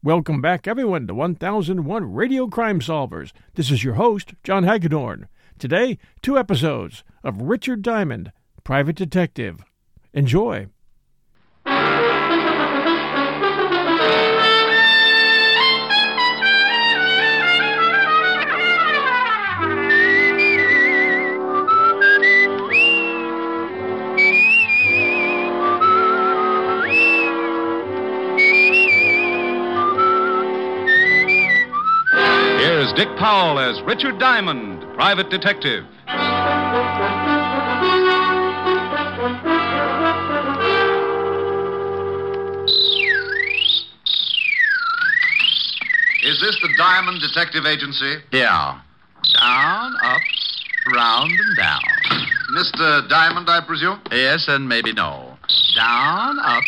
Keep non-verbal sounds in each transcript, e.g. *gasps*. Welcome back, everyone, to 1001 Radio Crime Solvers. This is your host, John Hagedorn. Today, two episodes of Richard Diamond, Private Detective. Enjoy. Here's Dick Powell as Richard Diamond, private detective. Is this the Diamond Detective Agency? Yeah. Down, up, Round and down. Mr. Diamond, I presume? Yes, and maybe no. Down, up.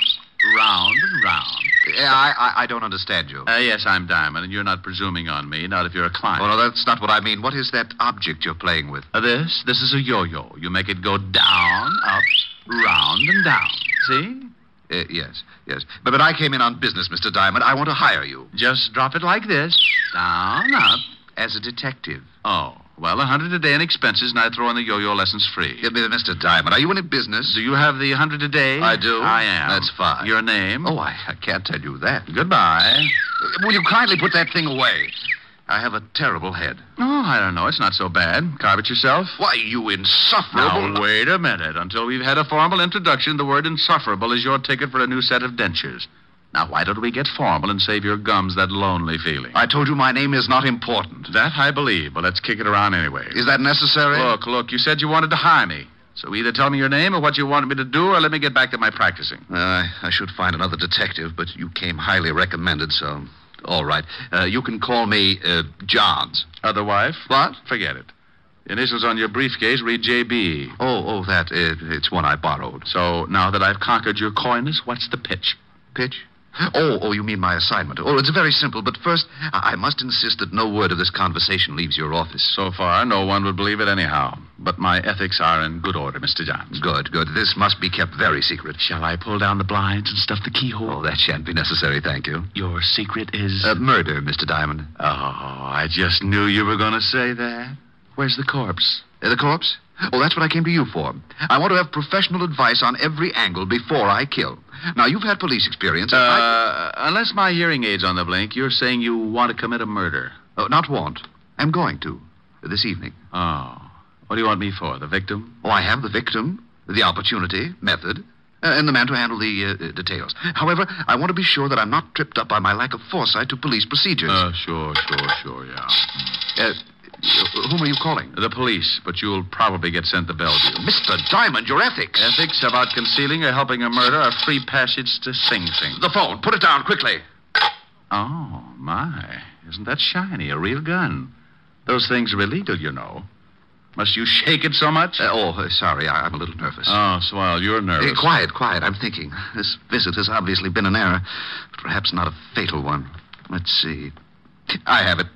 Round and round. Yeah, I, I, I don't understand you. Uh, yes, I'm Diamond, and you're not presuming on me, not if you're a client. Oh, no, that's not what I mean. What is that object you're playing with? Uh, this, this is a yo-yo. You make it go down, up, round and down. See? Uh, yes, yes. But, but I came in on business, Mr. Diamond. I want to hire you. Just drop it like this. Down, up. As a detective. Ah, Oh, well, a hundred a day in expenses, and I throw in the yo-yo lessons free. Give me the Mr. Diamond. Are you in a business? Do you have the hundred a day? I do. I am. That's fine. Your name? Oh, I, I can't tell you that. Goodbye. Will you kindly put that thing away? I have a terrible head. Oh, I don't know. It's not so bad. Carve it yourself. Why, you insufferable. Now, wait a minute. Until we've had a formal introduction, the word insufferable is your ticket for a new set of dentures. Now, why don't we get formal and save your gums that lonely feeling? I told you my name is not important. That I believe, but let's kick it around anyway. Is that necessary? Look, look, you said you wanted to hire me. So either tell me your name or what you wanted me to do, or let me get back to my practicing. Uh, I- I should find another detective, but you came highly recommended, so. All right. Uh, you can call me uh, Johns. Other wife? What? Forget it. Initials on your briefcase read J.B. Oh, oh, that. It, it's one I borrowed. So now that I've conquered your coyness, what's the pitch? Pitch? Oh, oh, you mean my assignment. Oh, it's very simple, but first, I I must insist that no word of this conversation leaves your office. So far, no one would believe it anyhow. But my ethics are in good order, Mr. Johns. Good, good. This must be kept very secret. Shall I pull down the blinds and stuff the keyhole? Oh, that shan't be necessary, thank you. Your secret is. Uh, murder, Mr. Diamond. oh, I just knew you were going to say that. Where's the corpse? Uh, the corpse? Oh, that's what I came to you for. I want to have professional advice on every angle before I kill. Now, you've had police experience. Uh, and I- unless my hearing aid's on the blink, you're saying you want to commit a murder. Oh, not want. I'm going to. This evening. Oh. What do you want me for? The victim? Oh, I have the victim, the opportunity, method, uh, and the man to handle the uh, uh, details. However, I want to be sure that I'm not tripped up by my lack of foresight to police procedures. Uh, sure, sure, sure, yeah. Uh, whom are you calling? The police, but you'll probably get sent to Bellevue. Mr. Diamond, your ethics. Ethics about concealing or helping a murder are free passage to Sing Sing. The phone. Put it down quickly. Oh, my. Isn't that shiny? A real gun. Those things are illegal, you know. Must you shake it so much? Uh, oh, uh, sorry, I, I'm a little nervous. oh, swell, you're nervous. Hey, quiet, quiet. I'm thinking. This visit has obviously been an error, but perhaps not a fatal one. Let's see. I have it.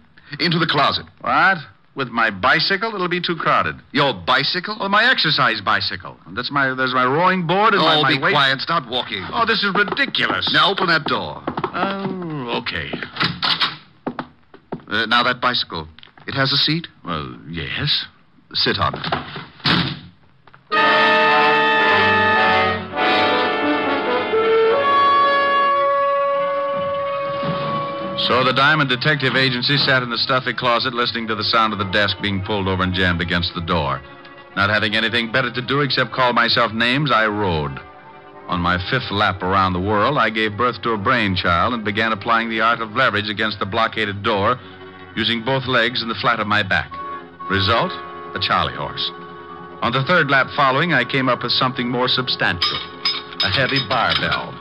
Into the closet. What? With my bicycle? It'll be too crowded. Your bicycle? Oh, my exercise bicycle. And that's my there's my rowing board and my, oh, my be weight- quiet. Stop walking. Oh, this is ridiculous. Now open that door. Oh, okay. Uh, now that bicycle. It has a seat. Well, yes. Sit on it. So the Diamond Detective Agency sat in the stuffy closet listening to the sound of the desk being pulled over and jammed against the door. Not having anything better to do except call myself names, I rode. On my fifth lap around the world, I gave birth to a brainchild and began applying the art of leverage against the blockaded door, using both legs and the flat of my back. Result? A Charlie horse. On the third lap following, I came up with something more substantial a heavy barbell.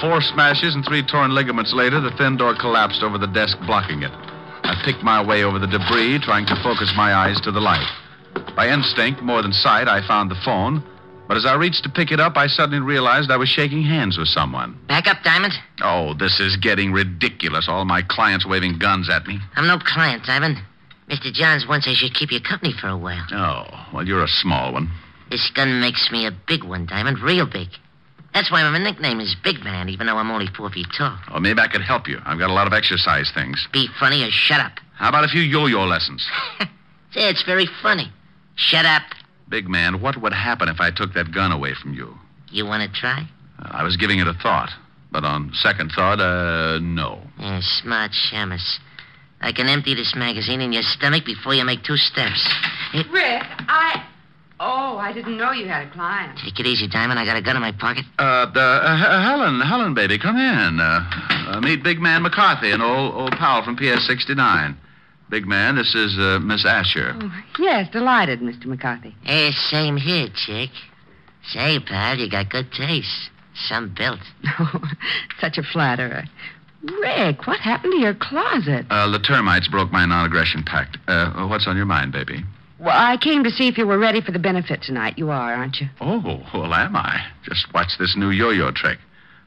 Four smashes and three torn ligaments later, the thin door collapsed over the desk, blocking it. I picked my way over the debris, trying to focus my eyes to the light. By instinct, more than sight, I found the phone. But as I reached to pick it up, I suddenly realized I was shaking hands with someone. Back up, Diamond. Oh, this is getting ridiculous. All my clients waving guns at me. I'm no client, Diamond. Mr. Johns wants I should keep you company for a while. Oh, well, you're a small one. This gun makes me a big one, Diamond, real big. That's why my nickname is Big Man, even though I'm only four feet tall. Oh, maybe I could help you. I've got a lot of exercise things. Be funny or shut up. How about a few yo-yo lessons? Say, it's very funny. Shut up. Big man, what would happen if I took that gun away from you? You want to try? Uh, I was giving it a thought, but on second thought, uh, no. Yeah, smart shamus. I can empty this magazine in your stomach before you make two steps. Hey, Rick, I. Oh, I didn't know you had a client. take it easy, Diamond. I got a gun in my pocket. Uh, the, uh, H- Helen, Helen, baby, come in. Uh, uh, meet Big Man McCarthy, an old, old pal from PS 69. Big Man, this is uh, Miss Asher. Yes, delighted, Mr. McCarthy. Hey, same here, chick. Say, pal, you got good taste. Some built. No, *laughs* such a flatterer. Rick, what happened to your closet? Uh, the termites broke my non-aggression pact. Uh, what's on your mind, baby? Well, I came to see if you were ready for the benefit tonight. You are, aren't you? Oh, well, am I? Just watch this new yo-yo trick.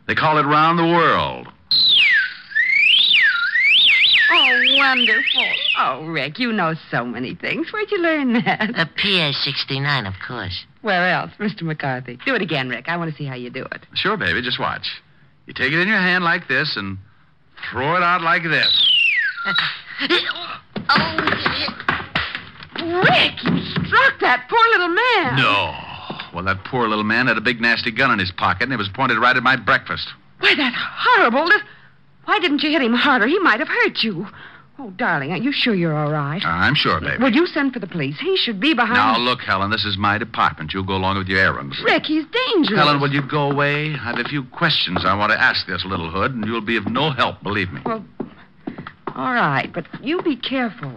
They call it round the world. Oh, wonderful. Oh, Rick, you know so many things. Where'd you learn that? A PS 69, of course. Where else, Mr. McCarthy? Do it again, Rick. I want to see how you do it. Sure, baby, just watch. You take it in your hand like this and throw it out like this. oh, Rick, you struck that poor little man. No. Well, that poor little man had a big nasty gun in his pocket, and it was pointed right at my breakfast. Why, that horrible little... Why didn't you hit him harder? He might have hurt you. Oh, darling, are you sure you're all right? I'm sure, baby. Will you send for the police? He should be behind... Now, look, Helen, this is my department. You go along with your errands. Rick, he's dangerous. Helen, will you go away? I have a few questions I want to ask this little hood, and you'll be of no help, believe me. Well, all right, but you be careful.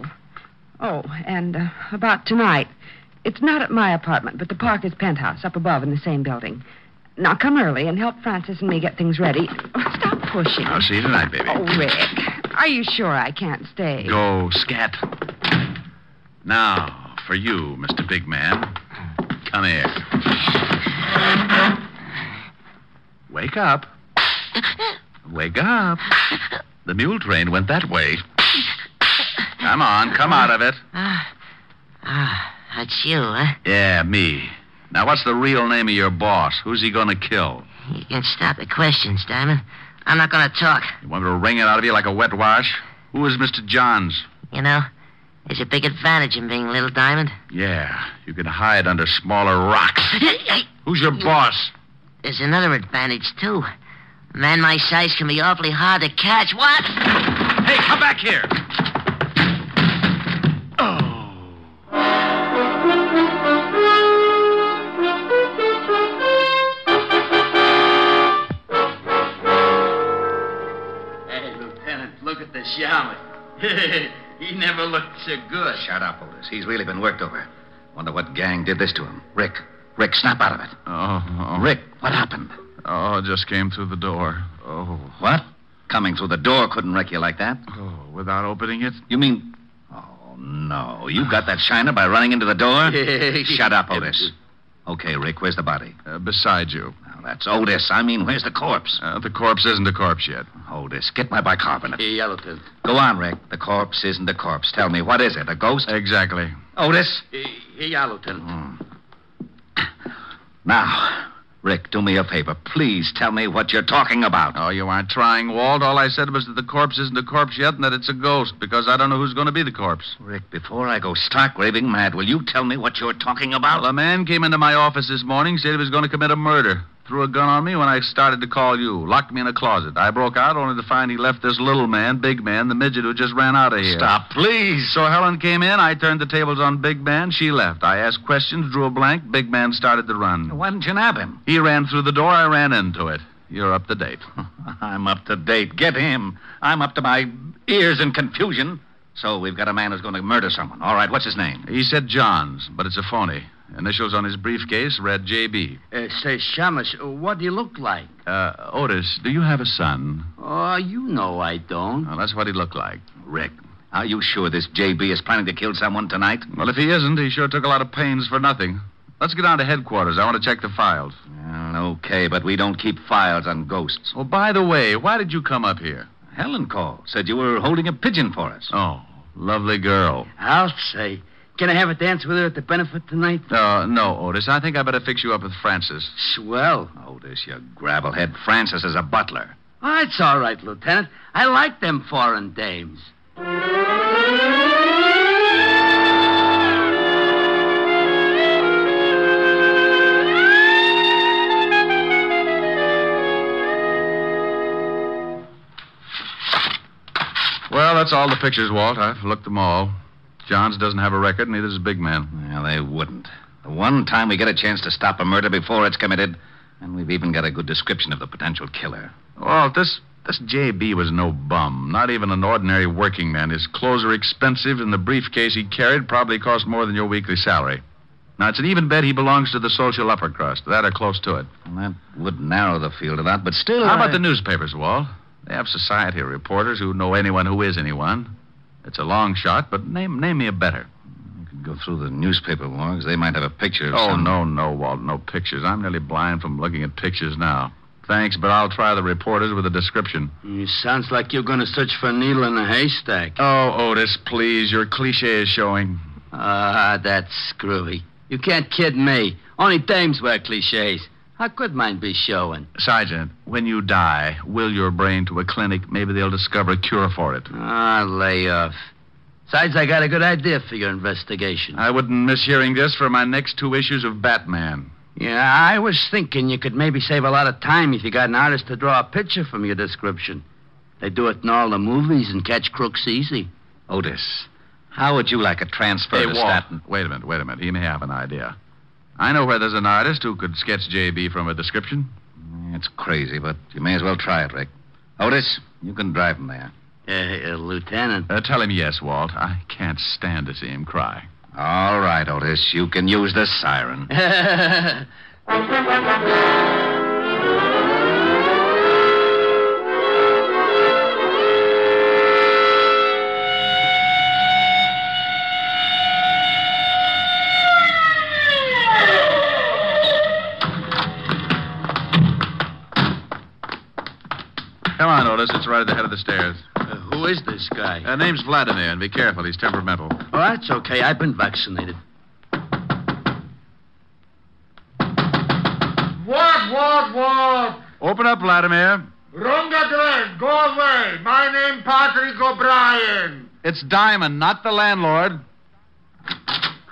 Oh, and uh, about tonight. It's not at my apartment, but the Parker's penthouse up above in the same building. Now, come early and help Francis and me get things ready. Oh, stop pushing. I'll see you tonight, baby. Oh, Rick, are you sure I can't stay? Go, scat. Now, for you, Mr. Big Man. Come here. Wake up. Wake up. The mule train went that way. Come on, come out of it. Ah, that's you, huh? Yeah, me. Now, what's the real name of your boss? Who's he going to kill? You can stop the questions, Diamond. I'm not going to talk. You want me to wring it out of you like a wet wash? Who is Mr. Johns? You know, there's a big advantage in being little, *coughs* Diamond. Yeah, you can hide under smaller rocks. Who's your boss? There's another advantage, too. A man my size can be awfully hard to catch. What? Hey, come back *laughs* here. Oh. Hey, Lieutenant, look at the shaman. *laughs* he never looked so good. Shut up, Otis. He's really been worked over. Wonder what gang did this to him. Rick. Rick, snap out of it. Oh, Rick, what happened? Oh, it just came through the door. Oh. What? Coming through the door couldn't wreck you like that. Oh, without opening it? You mean. Oh, no. You got that shiner by running into *laughs* the door? Shut up, Otis. Okay, Rick, where's the body? Uh, beside you. Now, that's Otis. I mean, where's the corpse? Uh, the corpse isn't a corpse yet. Otis, get my bicarbonate. Hey, Yellowton. Go on, Rick. The corpse isn't a corpse. Tell me, what is it? A ghost? Exactly. Oh, Otis? Hmm. Hey, hey, Yellowton. Now, Rick, do me a favor. Please tell me what you're talking about. Oh, you aren't trying, Walt. All I said was that the corpse isn't a corpse yet and that it's a ghost, because I don't know who's going to be the corpse. Rick, before I go stark raving mad, will you tell me what you're talking Well, about? a man came into my office this morning, said he was going to commit a murder. Threw a gun on me when I started to call you. Locked me in a closet. I broke out only to find he left this little man, Big Man, the midget who just ran out of here. Stop, please. So Helen came in. I turned the tables on Big Man. She left. I asked questions, drew a blank. Big Man started to run. Why didn't you nab him? He ran through the door. I ran into it. You're up to date. *laughs* I'm up to date. Get him. I'm up to my ears in confusion. So we've got a man who's going to murder someone. All right, what's his name? He said Johns, but it's a phony. Initials on his briefcase read J.B. Uh, say, Shamus, uh, what do you look like? Uh, Otis, do you have a son? Oh, you know I don't. Well, that's what he looked like. Rick, are you sure this JB is planning to kill someone tonight? Well, if he isn't, he sure took a lot of pains for nothing. Let's get down to headquarters. I want to check the files. Well, okay, but we don't keep files on ghosts. Oh, by the way, why did you come up here? Helen called, said you were holding a pigeon for us. Oh, lovely girl. I'll say. Can I have a dance with her at the benefit tonight? Uh, no, Otis, I think I better fix you up with Francis. Swell. Otis, you gravelhead. Francis is a butler. Oh, it's all right, Lieutenant. I like them foreign dames. Well, that's all the pictures, Walt. I've looked them all. Johns doesn't have a record, neither does Big Man. Well, they wouldn't. The one time we get a chance to stop a murder before it's committed, and we've even got a good description of the potential killer. Walt, this this JB was no bum. Not even an ordinary working man. His clothes are expensive, and the briefcase he carried probably cost more than your weekly salary. Now it's an even bet he belongs to the social upper crust. That or close to it. And that would narrow the field of that, but still. How about I- the newspapers, Walt? They have society reporters who know anyone who is anyone. It's a long shot, but name name me a better. You could go through the newspaper logs. They might have a picture of Oh, some- no, no, Walt, no pictures. I'm nearly blind from looking at pictures now. Thanks, but I'll try the reporters with a description. Mm, sounds like you're going to search for a needle in a haystack. Oh, Otis, please, your cliche is showing. Ah, that's screwy. You can't kid me. Only dames wear cliches. How could mine be showing? Sergeant, when you die, will your brain to a clinic. Maybe they'll discover a cure for it. Ah, lay off. Besides, I got a good idea for your investigation. I wouldn't miss hearing this for my next two issues of Batman. Yeah, I was thinking you could maybe save a lot of time if you got an artist to draw a picture from your description. They do it in all the movies and catch crooks easy. Otis, how would you like a transfer Hey, to Walt, Staten? wait a minute, wait a minute. He may have an idea. I know where there's an artist who could sketch J.B. from a description. Eh, It's crazy, but you may as well try it, Rick. Otis, you can drive him there. Uh, uh, Lieutenant. Uh, tell him yes, Walt. I can't stand to see him cry. All right, Otis, you can use the siren. Come on, Otis. It's right at the head of the stairs. Uh, who is this guy? Uh, name's Vladimir, and be careful. He's temperamental. Oh, that's okay. I've been vaccinated. What, what, what? Open up, Vladimir. Wrong address. Go away. My name Patrick O'Brien. It's Diamond, not the landlord.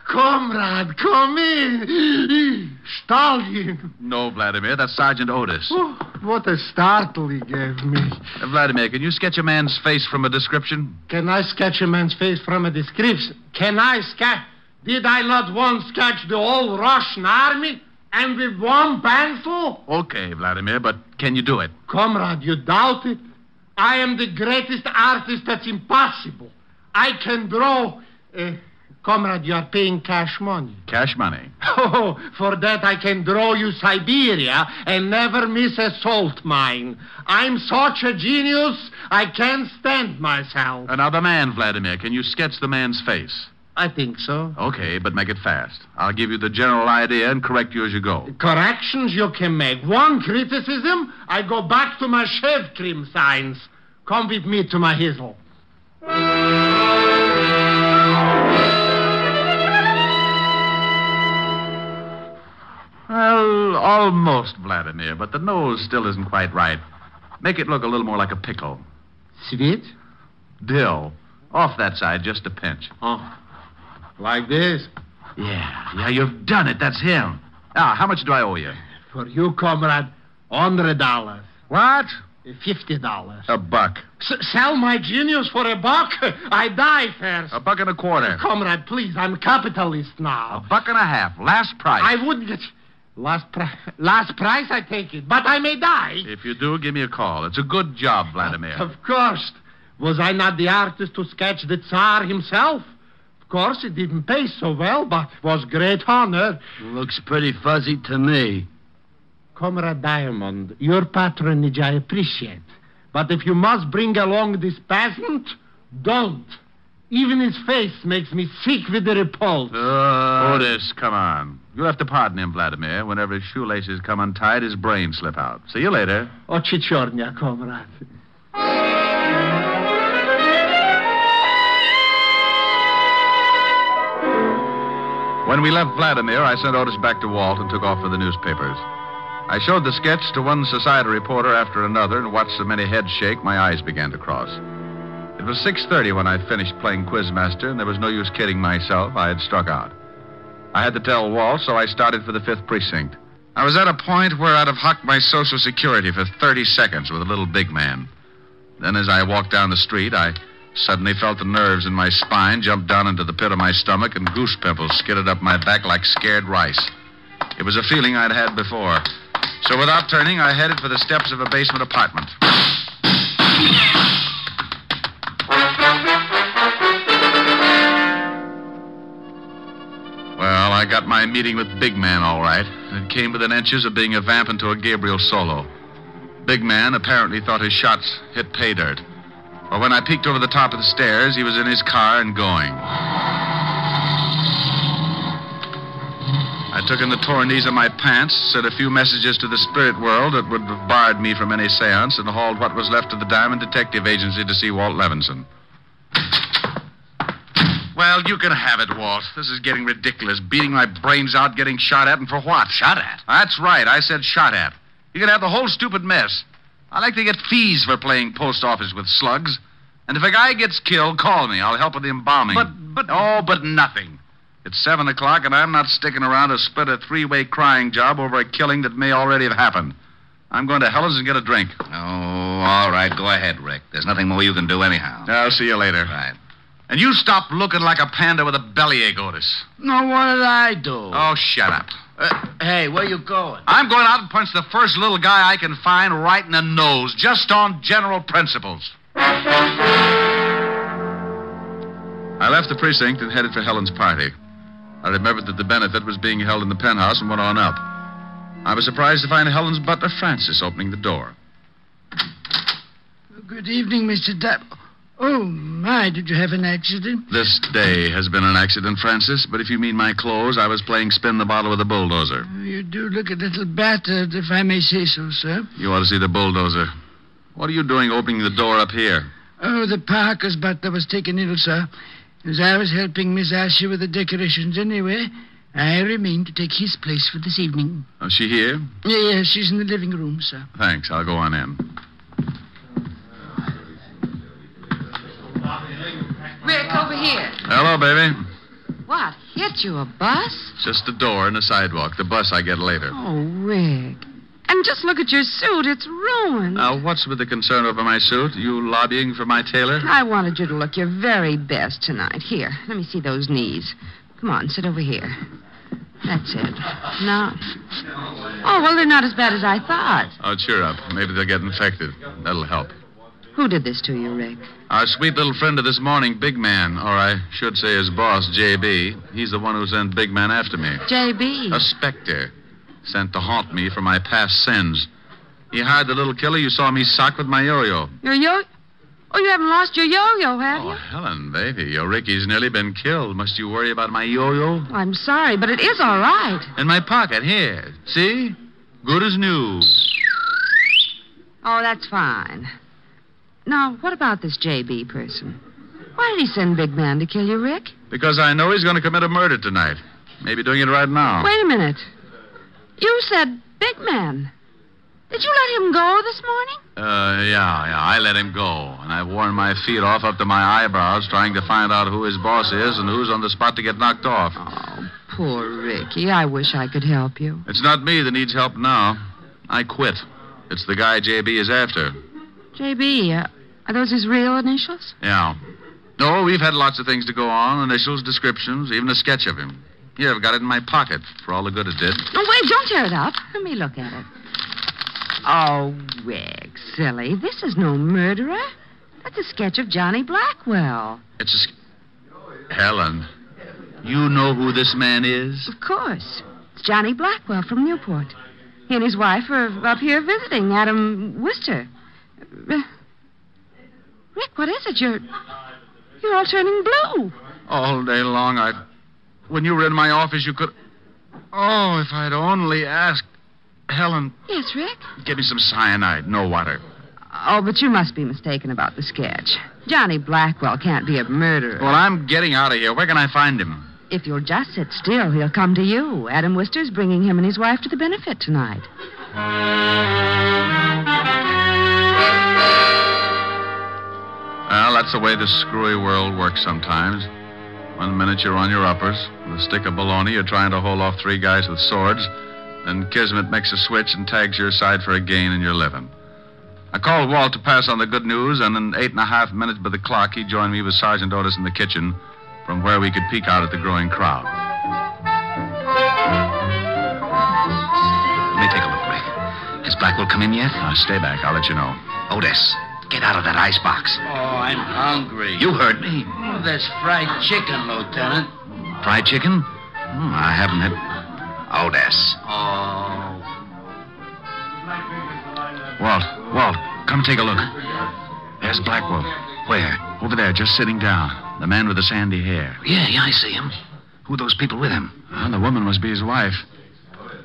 Comrade, come in. Stalin. No, Vladimir. That's Sergeant Otis. Oh, what a startle he gave me. Uh, Vladimir, can you sketch a man's face from a description? Can I sketch a man's face from a description? Can I sketch? Did I not once sketch the whole Russian army? And with one pencil? Okay, Vladimir, but can you do it? Comrade, you doubt it? I am the greatest artist that's impossible. I can draw. Uh, comrade, you are paying cash money. *laughs* Cash money. Oh, for that I can draw you Siberia and never miss a salt mine. I'm such a genius, I can't stand myself. Another man, Vladimir. Can you sketch the man's face? I think so. Okay, but make it fast. I'll give you the general idea and correct you as you go. Corrections you can make. One criticism, I go back to my shave cream signs. Come with me to my hizzle. Well, almost, Vladimir, but the nose still isn't quite right. Make it look a little more like a pickle. Sweet? Dill. Off that side, just a pinch. Oh. Like this? Yeah, yeah, you've done it. That's him. Ah, how much do I owe you? For you, comrade, hundred dollars. What? Fifty dollars. A buck. sell my genius for a buck? I die first. A buck and a quarter. Comrade, please, I'm capitalist now. A buck and a half. Last price. I wouldn't. Last price. Last price, I take it, but I may die. If you do, give me a call. It's a good job, Vladimir. Of course. Was I not the artist who sketched the Tsar himself? Of course, it didn't pay so well, but was great honor. Looks pretty fuzzy to me. Comrade Diamond, your patronage I appreciate. But if you must bring along this peasant, don't. Even his face makes me sick with the repulse. Ah. Uh, Otis, come on. You'll have to pardon him, Vladimir. Whenever his shoelaces come untied, his brains slip out. See you later. O Chichornia, comrade. When we left Vladimir, I sent Otis back to Walt and took off for the newspapers. I showed the sketch to one society reporter after another and watched so many heads shake, my eyes began to cross. It was 6.30 when I finished playing Quizmaster, and there was no use kidding myself. I had struck out. I had to tell Walt, so I started for the 5th Precinct. I was at a point where I'd have hocked my Social Security for 30 seconds with a little big man. Then, as I walked down the street, I suddenly felt the nerves in my spine jump down into the pit of my stomach, and goose pimples skidded up my back like scared rice. It was a feeling I'd had before. So, without turning, I headed for the steps of a basement apartment. Well, I got my meeting with Big Man all right, and it came within inches of being a vamp into a Gabriel solo. Big Man apparently thought his shots hit pay dirt. But when I peeked over the top of the stairs, he was in his car and going. I took in the torn knees of my pants, sent a few messages to the spirit world that would have barred me from any seance, and hauled what was left of the Diamond Detective Agency to see Walt Levinson. Well, you can have it, Walt. This is getting ridiculous. Beating my brains out, getting shot at, and for what? Shot at? That's right. I said shot at. You can have the whole stupid mess. I like to get fees for playing post office with slugs. And if a guy gets killed, call me. I'll help with the embalming. But- but- Oh, but nothing. It's seven o'clock, and I'm not sticking around to split a three way crying job over a killing that may already have happened. I'm going to Helen's and get a drink. Oh, all right. Go ahead, Rick. There's nothing more you can do anyhow. I'll see you later. Right. And you stop looking like a panda with a bellyache, Otis. No, what did I do? Oh, shut up. Uh, hey, where you going? I'm going out and punch the first little guy I can find right in the nose, just on general principles. I left the precinct and headed for Helen's party. I remembered that the benefit was being held in the penthouse and went on up. I was surprised to find Helen's butler, Francis, opening the door. Good evening, Mr. Dapp. Oh, my, did you have an accident? This day has been an accident, Francis, but if you mean my clothes, I was playing spin the bottle with a bulldozer. You do look a little battered, if I may say so, sir. You ought to see the bulldozer. What are you doing opening the door up here? Oh, the Parker's butler was taken ill, sir. As I was helping Miss Asher with the decorations anyway, I remained to take his place for this evening. Is Oh, she here? Yeah, yeah, she's in the living room, sir. Thanks. I'll go on in. Rick, over here. Hello, baby. What? Hit you a bus? Just the door and the sidewalk. The bus I get later. Oh, Rick. And just look at your suit. It's ruined. Now, what's with the concern over my suit? You lobbying for my tailor? I wanted you to look your very best tonight. Here, let me see those knees. Come on, sit over here. That's it. Now. Oh, well, they're not as bad as I thought. Oh, cheer up. Maybe they'll get infected. That'll help. Who did this to you, Rick? Our sweet little friend of this morning, Big Man, or I should say his boss, J.B., he's the one who sent Big Man after me. J.B. A specter. Sent to haunt me for my past sins. He hired the little killer you saw me sock with my yo-yo. Your yo. Oh, you haven't lost your yo-yo, have Oh, you? Helen, baby, your Ricky's nearly been killed. Must you worry about my yo-yo? I'm sorry, but it is all right. In my pocket, here. See? Good as new. Oh, that's fine. Now, what about this J.B. person? Why did he send Big Man to kill you, Rick? Oh. Because I know he's going to commit a murder tonight. Maybe doing it right now. Wait a minute. You said big man. Did you let him go this morning? Uh, yeah, yeah. I let him go, and I've worn my feet off up to my eyebrows trying to find out who his boss is and who's on the spot to get knocked off. Poor Ricky. I wish I could help you. It's not me that needs help now. I quit. It's the guy JB is after. JB, uh, are those his real initials? Yeah. No, we've had lots of things to go on initials, descriptions, even a sketch of him. Here, I've got it in my pocket for all the good it did. No, Oh, wait, don't tear it up. Let me look at it. Oh, Rick, silly. This is no murderer. That's a sketch of Johnny Blackwell. It's a. sk- Helen, you know who this man is? Of course. It's Johnny Blackwell from Newport. He and his wife are up here visiting Adam Worcester. R- Rick, what is it? You're. You're all turning blue. All day long, I. When you were in my office, you could. Oh, if I'd only asked. Helen, Yes, Rick. give me some cyanide, no water. Oh, but you must be mistaken about the sketch. Johnny Blackwell can't be a murderer. Well, I'm getting out of here. Where can I find him? If you'll just sit still, he'll come to you. Adam Wister's bringing him and his wife to the benefit tonight. Well, that's the way this screwy world works sometimes. One minute you're on your uppers, with a stick of baloney, you're trying to hold off three guys with swords. Then Kismet makes a switch and tags your side for a gain, and you're living. I called Walt to pass on the good news, and in eight and a half minutes by the clock, he joined me with Sergeant Otis in the kitchen, from where we could peek out at the growing crowd. Let me take a look, Rick. Has Blackwell come in yet? Now, stay back. I'll let you know. Otis, get out of that icebox. Oh, I'm hungry. You heard me. Oh, there's fried chicken, Lieutenant. Fried chicken? Hmm, I haven't had. Otis. Oh. Walt, Walt, come take a look. There's Blackwell. Where? Over there, just sitting down. The man with the sandy hair. Yeah, yeah, I see him. Who are those people with him? Well, Ah, the woman must be his wife.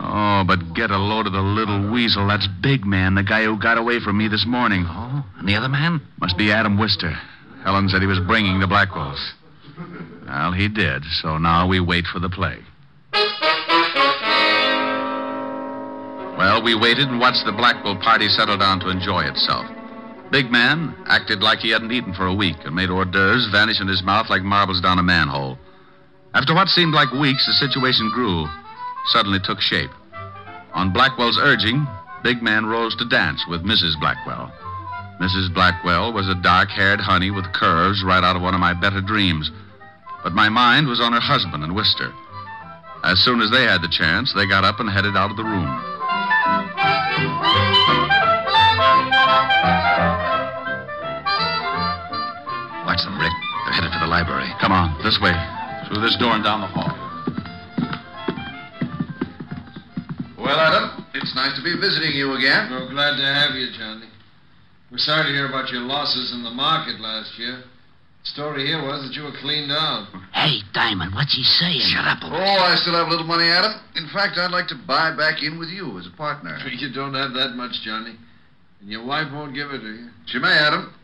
Oh, but get a load of the little weasel. That's Big Man, the guy who got away from me this morning. Oh, and the other man? Must be Adam Wister. Helen said he was bringing the Blackwells. Well, he did, so now we wait for the play. Well, we waited and watched the Blackwell party settle down to enjoy itself. Big Man acted like he hadn't eaten for a week and made hors d'oeuvres vanish in his mouth like marbles down a manhole. After what seemed like weeks, the situation grew, suddenly took shape. On Blackwell's urging, Big Man rose to dance with Mrs. Blackwell. Mrs. Blackwell was a dark haired honey with curves right out of one of my better dreams. But my mind was on her husband and Wister. As soon as they had the chance, they got up and headed out of the room. Watch them, Rick. They're headed for the library. Come on, this way. Through this door and down the hall. Well, Adam, it's nice to be visiting you again. We're glad to have you, Johnny. We're sorry to hear about your losses in the market last year. The story here was that you were cleaned out. Hey, Diamond, what's he saying? Shut up, Oh, Otis. I still have a little money, Adam. In fact, I'd like to buy back in with you as a partner. *laughs* You don't have that much, Johnny. And your wife won't give it to you. She may, Adam.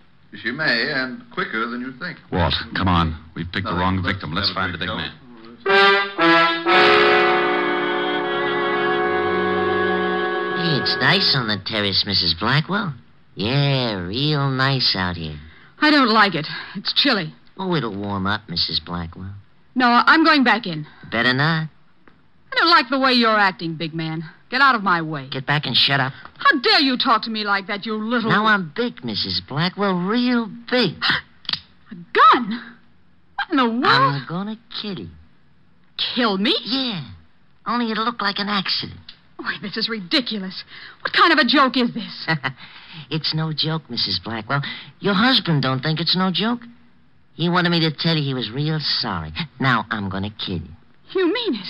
She may, and quicker than you think. Walt, come on. We've picked the No, wrong let's- victim. Let's that'll find the break big it man. Hey, it's nice on the terrace, Mrs. Blackwell. Yeah, real nice out here. I don't like it. It's chilly. Oh, it'll warm up, Mrs. Blackwell. No, I- I'm going back in. Better not. I don't like the way you're acting, big man. Get out of my way. Get back and shut up. How dare you talk to me like that, you little. Now I'm big, Mrs. Blackwell, real *gasps* big. Gun? What in the world? I'm gonna kill you. Kill me? Yeah. Only it'll look like an accident. Why, this is ridiculous. What kind of a joke is this? *laughs* It's no joke, Mrs. Blackwell. Your husband don't think it's no joke. He wanted me to tell you he was real sorry. Now I'm gonna kill you. You mean it.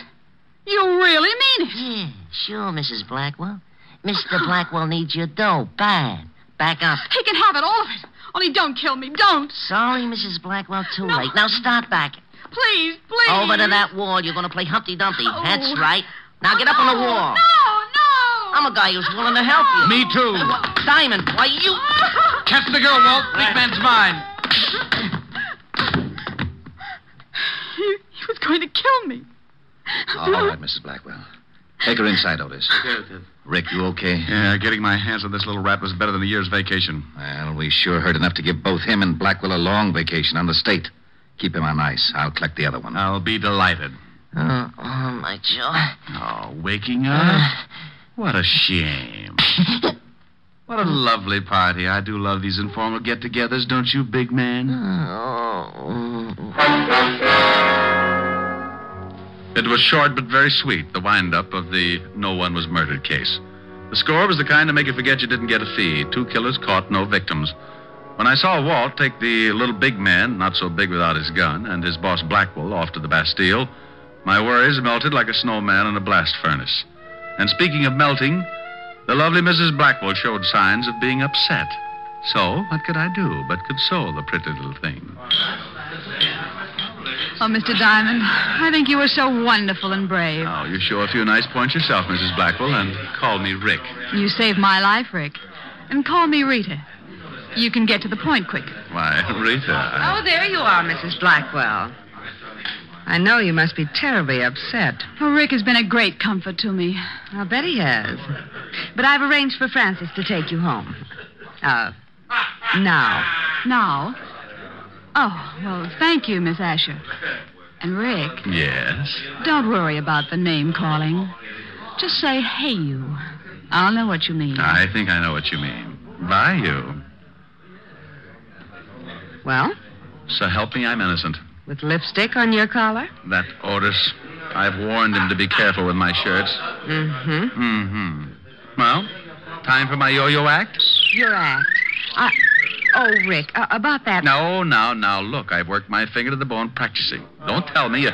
You really mean it. Yeah, sure, Mrs. Blackwell. Mr. Blackwell needs your dough bad. Back up. He can have it, all of it. Only don't kill me. Don't. Sorry, Mrs. Blackwell, too No. late. Now start back. Please, please. Over to that wall. You're going to play Humpty Dumpty. Oh. That's right. Now get up on the No, wall. No, no. I'm a guy who's willing to help you. Me too. Diamond, why you? Catch the girl, Walt. Big man's mine. He, he was going to kill me. All right, Mrs. Blackwell. Take her inside, Otis. Rick, you okay? Yeah, getting my hands on this little rat was better than a year's vacation. Well, we sure heard enough to give both him and Blackwell a long vacation on the state. Keep him on ice. I'll collect the other one. I'll be delighted. Oh, oh my Joe. Oh, waking up? What a shame. What a lovely party. I do love these informal get togethers, don't you, big man? It was short but very sweet, the wind up of the no one was murdered case. The score was the kind to make you forget you didn't get a fee. Two killers caught, no victims. When I saw Walt take the little big man, not so big without his gun, and his boss Blackwell off to the Bastille, my worries melted like a snowman in a blast furnace. And speaking of melting, the lovely Mrs. Blackwell showed signs of being upset. So, what could I do but console the pretty little thing? Oh, Mr. Diamond, I think you were so wonderful and brave. Oh, you show a few nice points yourself, Mrs. Blackwell, and call me Rick. You saved my life, Rick. And call me Rita. You can get to the point quick. Why, Rita. Oh, there you are, Mrs. Blackwell. I know you must be terribly upset. Oh, Rick has been a great comfort to me. I'll bet he has. But I've arranged for Francis to take you home. Uh, now. Now? Oh, well, thank you, Miss Asher. And Rick, Yes. don't worry about the name calling. Just say, hey, you. I'll know what you mean. I think I know what you mean. By you. Well? So help me, I'm innocent. With lipstick on your collar? That Otis. I've warned him to be careful with my shirts. Mm-hmm. Mm-hmm. Well, time for my yo-yo act? Your act. I... Oh, Rick, uh, about that. No, no, now look. I've worked my finger to the bone practicing. Don't tell me. You,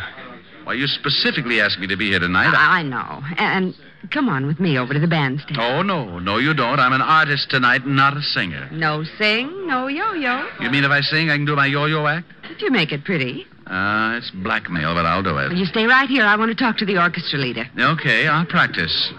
why, you specifically asked me to be here tonight. I, I know. And come on with me over to the bandstand. Oh, no, no, you don't. I'm an artist tonight, not a singer. No sing, no yo-yo. You mean if I sing, I can do my yo-yo act? If you make it pretty. Uh, it's blackmail, but I'll do Well, it. you stay right here. I want to talk to the orchestra leader. Okay, I'll practice.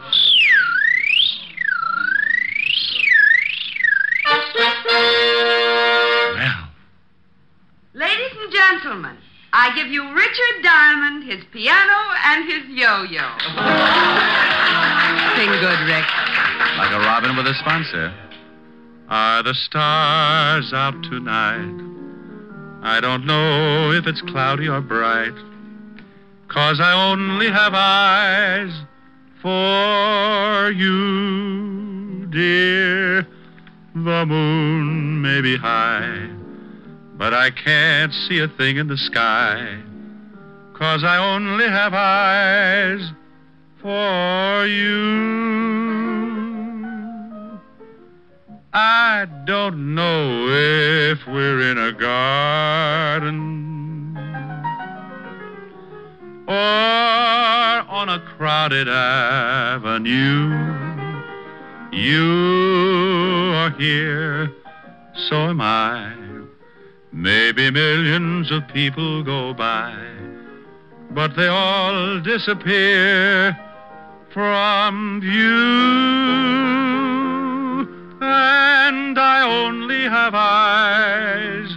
Ladies and gentlemen, I give you Richard Diamond, his piano, and his yo-yo. *laughs* Sing good, Rick. Like a robin with a sponsor. Are the stars out tonight? I don't know if it's cloudy or bright, 'cause I only have eyes for you, dear. The moon may be high, but I can't see a thing in the sky, 'cause I only have eyes for you. I don't know if we're in a garden or on a crowded avenue. You are here, so am I. Maybe millions of people go by, but they all disappear from view. And I only have eyes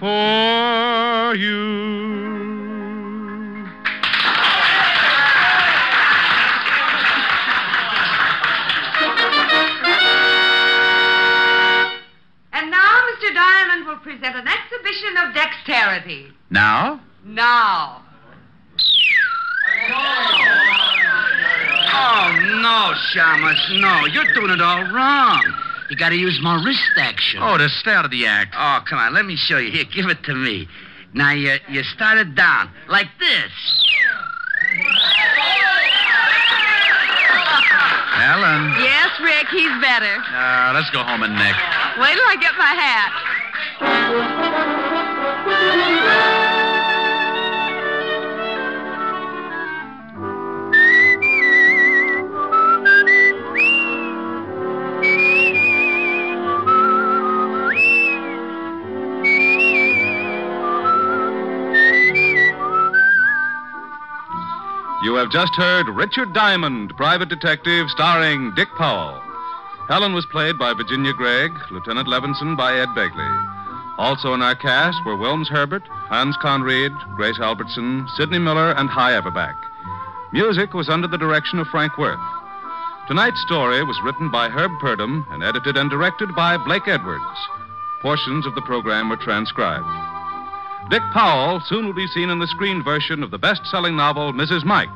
for you. And now Mr. Diamond will present an exhibition of dexterity. Now? Now. Oh, no, Shamus, no. You're doing it all wrong. You gotta use my wrist action. Oh, to start of the act. Oh, come on, let me show you. Here, give it to me. Now, you, you start it down, like this. Ellen. Yes, Rick, he's better. Uh, let's go home and neck. Wait till I get my hat. You have just heard Richard Diamond, Private Detective, starring Dick Powell. Helen was played by Virginia Gregg, Lieutenant Levinson by Ed Begley. Also in our cast were Wilms Herbert, Hans Conried, Grace Albertson, Sidney Miller, and High Everback. Music was under the direction of Frank Worth. Tonight's story was written by Herb Purdom and edited and directed by Blake Edwards. Portions of the program were transcribed. Dick Powell soon will be seen in the screen version of the best selling novel, Mrs. Mike.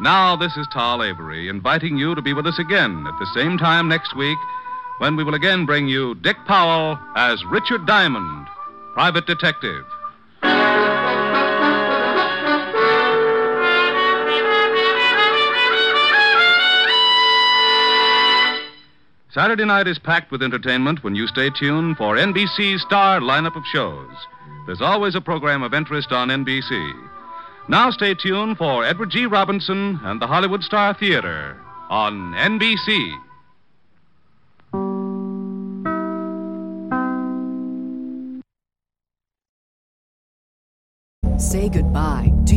Now, this is Tal Avery inviting you to be with us again at the same time next week when we will again bring you Dick Powell as Richard Diamond, private detective. Saturday night is packed with entertainment when you stay tuned for NBC's star lineup of shows. There's always a program of interest on NBC. Now stay tuned for Edward G. Robinson and the Hollywood Star Theater on NBC. Say goodbye to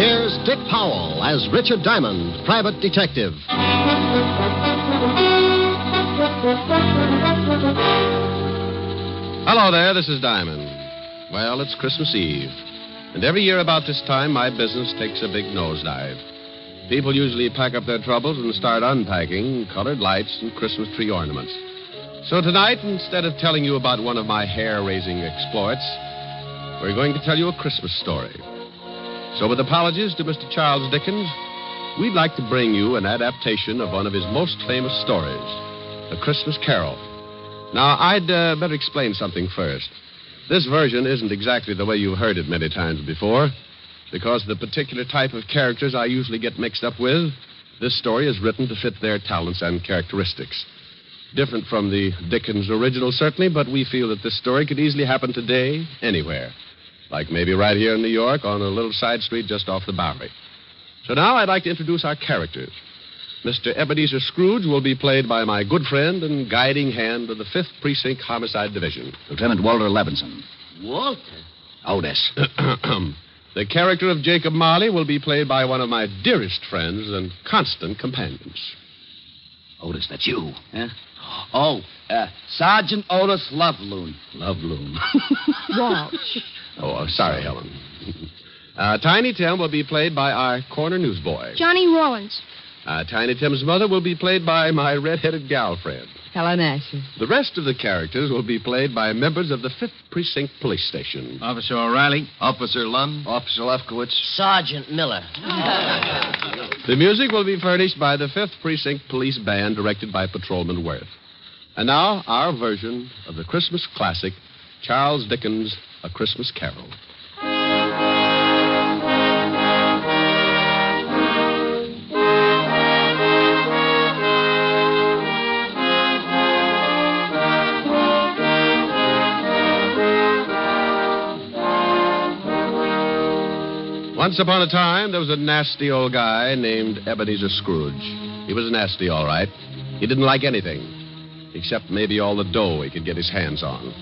Here's Dick Powell as Richard Diamond, private detective. Hello there, this is Diamond. Well, it's Christmas Eve, and every year about this time, my business takes a big nosedive. People usually pack up their troubles and start unpacking colored lights and Christmas tree ornaments. So tonight, instead of telling you about one of my hair raising exploits, we're going to tell you a Christmas story. So, with apologies to Mr. Charles Dickens, we'd like to bring you an adaptation of one of his most famous stories, A Christmas Carol. Now, I'd uh, better explain something first. This version isn't exactly the way you've heard it many times before, because the particular type of characters I usually get mixed up with, this story is written to fit their talents and characteristics. Different from the Dickens original, certainly, but we feel that this story could easily happen today, anywhere. Like maybe right here in New York on a little side street just off the Bowery. So now I'd like to introduce our characters. Mr. Ebenezer Scrooge will be played by my good friend and guiding hand of the 5th Precinct Homicide Division, Lieutenant Walter Levinson. Walter? Otis. *clears throat* the character of Jacob Marley will be played by one of my dearest friends and constant companions. Otis, that's Oh, you. Huh? Oh, uh, Sergeant Otis Loveloon. Loveloon. *laughs* Walsh. Oh, uh, sorry, Helen. *laughs* uh, Tiny Tim will be played by our corner newsboy. Johnny Rollins. Uh, Tiny Tim's mother will be played by my red-headed gal friend. Helen Asher. The rest of the characters will be played by members of the 5th Precinct Police Station. Officer O'Reilly. Officer Lund. Officer Lefkowitz. Sergeant Miller. The music will be furnished by the 5th Precinct Police Band, directed by Patrolman Worth. And now, our version of the Christmas classic, Charles Dickens' A Christmas Carol. Once upon a time, there was a nasty old guy named Ebenezer Scrooge. He was nasty, all right. He didn't like anything, except maybe all the dough he could get his hands on.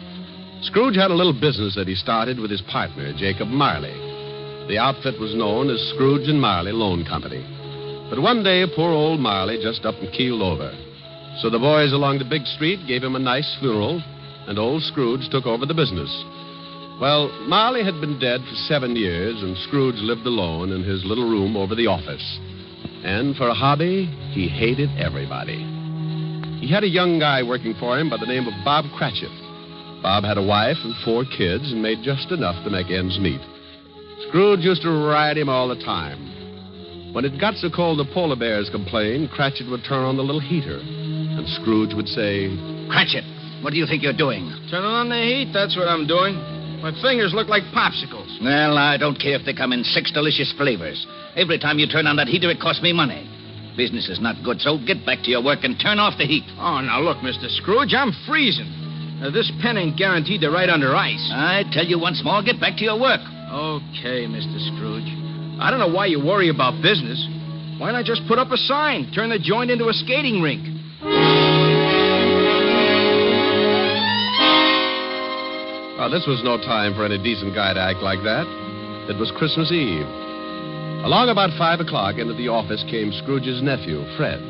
Scrooge had a little business that he started with his partner, Jacob Marley. The outfit was known as Scrooge and Marley Loan Company. But one day, poor old Marley just up and keeled over. So the boys along the big street gave him a nice funeral, and old Scrooge took over the business. Well, Marley had been dead for seven years, and Scrooge lived alone in his little room over the office. And for a hobby, he hated everybody. He had a young guy working for him by the name of Bob Cratchit. Bob had a wife and four kids and made just enough to make ends meet. Scrooge used to ride him all the time. When it got so cold the polar bears complained, Cratchit would turn on the little heater, and Scrooge would say, Cratchit, What do you think you're doing? Turning on the heat, that's what I'm doing. My fingers look like popsicles. Well, I don't care if they come in six delicious flavors. Every time you turn on that heater, it costs me money. Business is not good, so get back to your work and turn off the heat. Oh, now look, Mr. Scrooge, I'm freezing. Now, this pen ain't guaranteed to write under ice. I tell you once more, get back to your work. Okay, Mr. Scrooge. I don't know why you worry about business. Why not just put up a sign, turn the joint into a skating rink? Well, Ah, this was no time for any decent guy to act like that. It was Christmas Eve. Along about five o'clock into the office came Scrooge's nephew, Fred.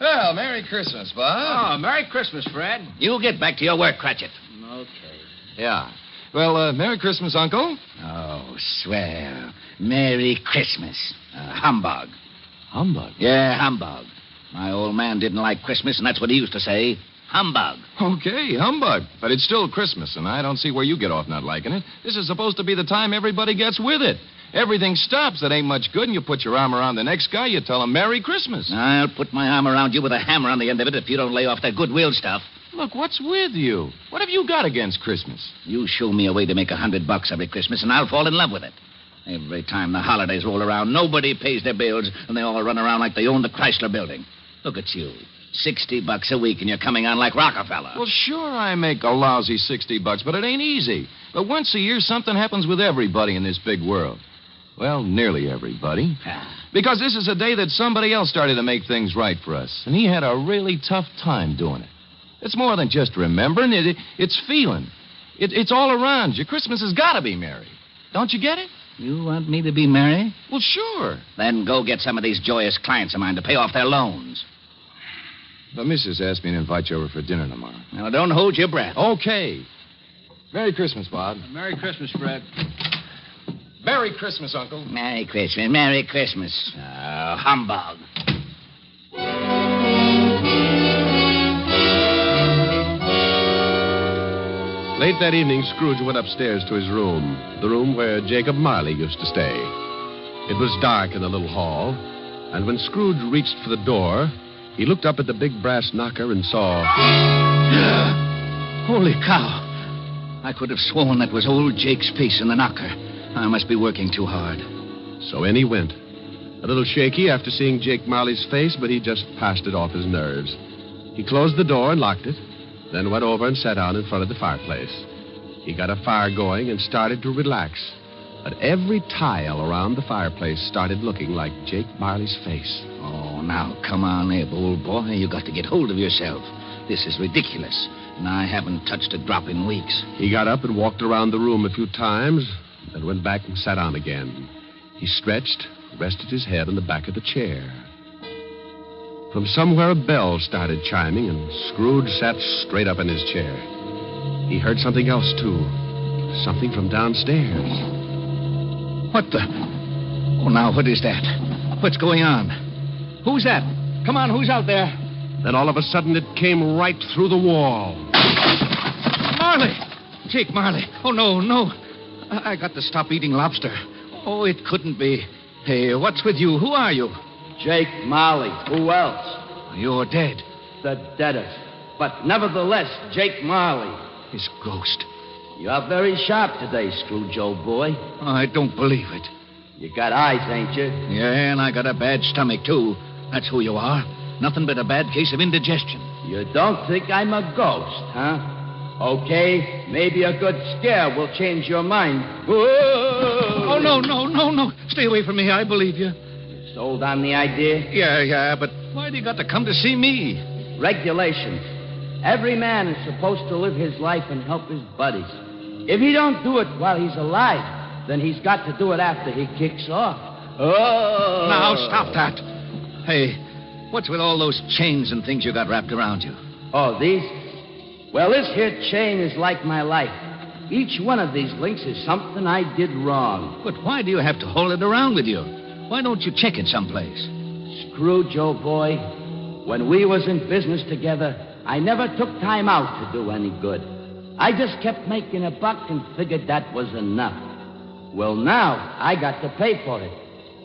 Well, Merry Christmas, Ah, Bob. Oh, Merry Christmas, Fred. You get back to your work, Cratchit. Okay. Yeah. Well, uh, Merry Christmas, Uncle. Oh, swell. Merry Christmas. Uh, humbug. Humbug? Yeah, humbug. My old man didn't like Christmas, and that's what he used to say. Humbug. Okay, humbug. But it's still Christmas, and I don't see where you get off not liking it. This is supposed to be the time everybody gets with it. Everything stops that ain't much good, and you put your arm around the next guy, you tell him Merry Christmas. I'll put my arm around you with a hammer on the end of it if you don't lay off that goodwill stuff. Look, what's with you? What have you got against Christmas? You show me a way to make a hundred bucks every Christmas, and I'll fall in love with it. Every time the holidays roll around, nobody pays their bills, and they all run around like they own the Chrysler building. Look at you. Sixty bucks a week, and you're coming on like Rockefeller. Well, sure, I make a lousy 60 bucks, but it ain't easy. But once a year, something happens with everybody in this big world. Well, nearly *laughs* everybody. Because this is a day that somebody else started to make things right for us, and he had a really tough time doing it. It's more than just remembering, it, it's feeling. It, it's all around you. Christmas has got to be merry. Don't you get it? You want me to be merry? Well, sure. Then go get some of these joyous clients of mine to pay off their loans. The missus asked me to invite you over for dinner tomorrow. Now, don't hold your breath. Okay. Merry Christmas, Bob. Merry Christmas, Fred. Merry Christmas, Uncle. Uh, Merry Christmas. Merry Christmas. Oh, humbug. Late that evening, Scrooge went upstairs to his room, the room where Jacob Marley used to stay. It was dark in the little hall, and when Scrooge reached for the door, he looked up at the big brass knocker and saw. Holy cow. I could have sworn that was old Jake's face in the knocker. I must be working too hard. So in he went. A little shaky after seeing Jake Marley's face, but he just passed it off his nerves. He closed the door and locked it, then went over and sat down in front of the fireplace. He got a fire going and started to relax. But every tile around the fireplace started looking like Jake Marley's face. Oh, now, come on, Abe, old boy. You got to get hold of yourself. This is ridiculous, and I haven't touched a drop in weeks. He got up and walked around the room a few times, then went back and sat down again. He stretched, rested his head on the back of the chair. From somewhere, a bell started chiming, and Scrooge sat straight up in his chair. He heard something else, too. Something from downstairs. What the? Oh, now, what is that? What's going on? Who's that? Come on, who's out there? Then all of a sudden, it came right through the wall. Marley! Jake Marley. Oh, no, no. I, I got to stop eating lobster. Oh, it couldn't be. Hey, what's with you? Who are you? Jake Marley. Who else? You're dead. The deadest. But nevertheless, Jake Marley. His ghost. You're very sharp today, Scrooge, old boy. I don't believe it. You got eyes, ain't you? Yeah, and I got a bad stomach, too. That's who you are. Nothing but a bad case of indigestion. You don't think I'm a ghost, huh? Okay, maybe a good scare will change your mind. Whoa! Oh, no, no, no, no. Stay away from me. I believe you. Sold on the idea? Yeah, yeah, but why do you got to come to see me? Regulations. Every man is supposed to live his life and help his buddies. If he don't do it while he's alive, then he's got to do it after he kicks off. Oh! Now, stop that. Hey, what's with all those chains and things you got wrapped around you? Oh, these? Well, this here chain is like my life. Each one of these links is something I did wrong. But why do you have to hold it around with you? Why don't you check it someplace? Scrooge, old boy, when we was in business together, I never took time out to do any good. I just kept making a buck and figured that was enough. Well, now I got to pay for it.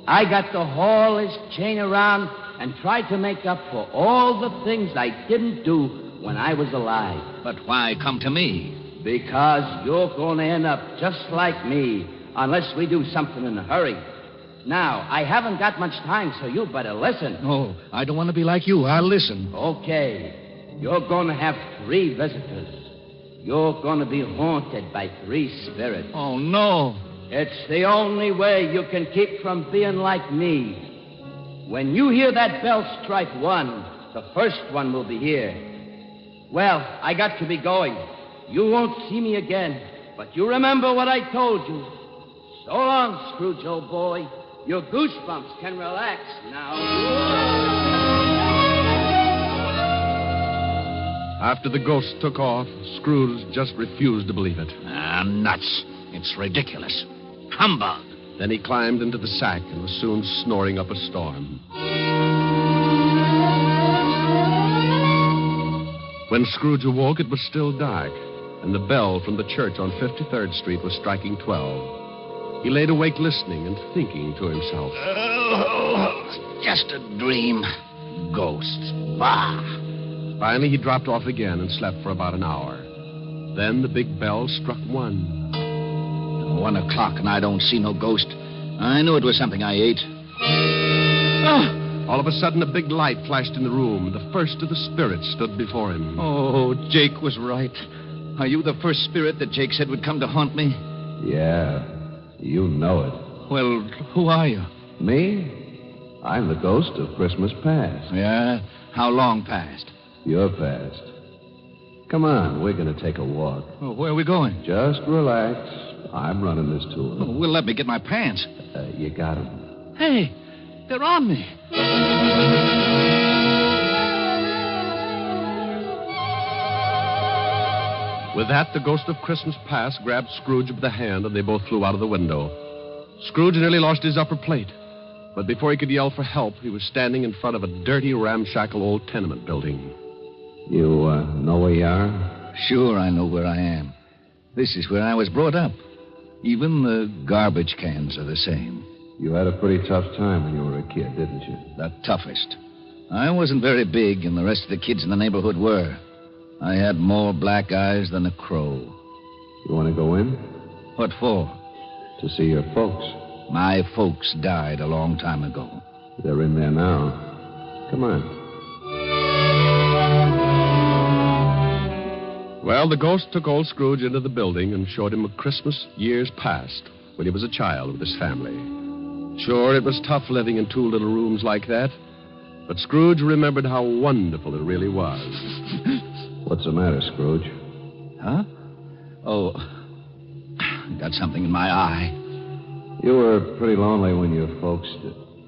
I got to haul his chain around and try to make up for all the things I didn't do when I was alive. But why come to me? Because you're going to end up just like me unless we do something in a hurry. Now, I haven't got much time, so you better listen. Oh, I don't want to be like you. I'll listen. Okay. You're going to have three visitors. You're going to be haunted by three spirits. Oh, no. It's the only way you can keep from being like me. When you hear that bell strike one, the first one will be here. Well, I got to be going. You won't see me again, but you remember what I told you. So long, Scrooge, old boy. Your goosebumps can relax now. After the ghost took off, Scrooge just refused to believe it. Ah, nuts. It's ridiculous. Humbug. Then he climbed into the sack and was soon snoring up a storm. When Scrooge awoke, it was still dark, and the bell from the church on 53rd Street was striking 12. He laid awake listening and thinking to himself. Oh, Just a dream. Ghosts. Bah. Finally, he dropped off again and slept for about an hour. Then the big bell struck one. One o'clock and I don't see no ghost. I knew it was something I ate. Ah. All of a sudden, a big light flashed in the room. The first of the spirits stood before him. Oh, Jake was right. Are you the first spirit that Jake said would come to haunt me? Yeah, you know it. Well, who are you? Me? I'm the ghost of Christmas past. Yeah? How long past? Your past. Come on, we're going to take a walk. Oh, where are we going? Just relax. I'm running this tour. Will let me get my pants. Uh, you got him. Hey, they're on me. With that, the ghost of Christmas past grabbed Scrooge by the hand, and they both flew out of the window. Scrooge nearly lost his upper plate, but before he could yell for help, he was standing in front of a dirty, ramshackle old tenement building. You uh, know where you are? Sure, I know where I am. This is where I was brought up. Even the garbage cans are the same. You had a pretty tough time when you were a kid, didn't you? The toughest. I wasn't very big, and the rest of the kids in the neighborhood were. I had more black eyes than a crow. You want to go in? What for? To see your folks. My folks died a long time ago. They're in there now. Come on. Well, the ghost took old Scrooge into the building and showed him a Christmas years past when he was a child with his family. Sure, it was tough living in two little rooms like that, but Scrooge remembered how wonderful it really was. What's the matter, Scrooge? Huh? Oh, *sighs* got something in my eye. You were pretty lonely when your folks,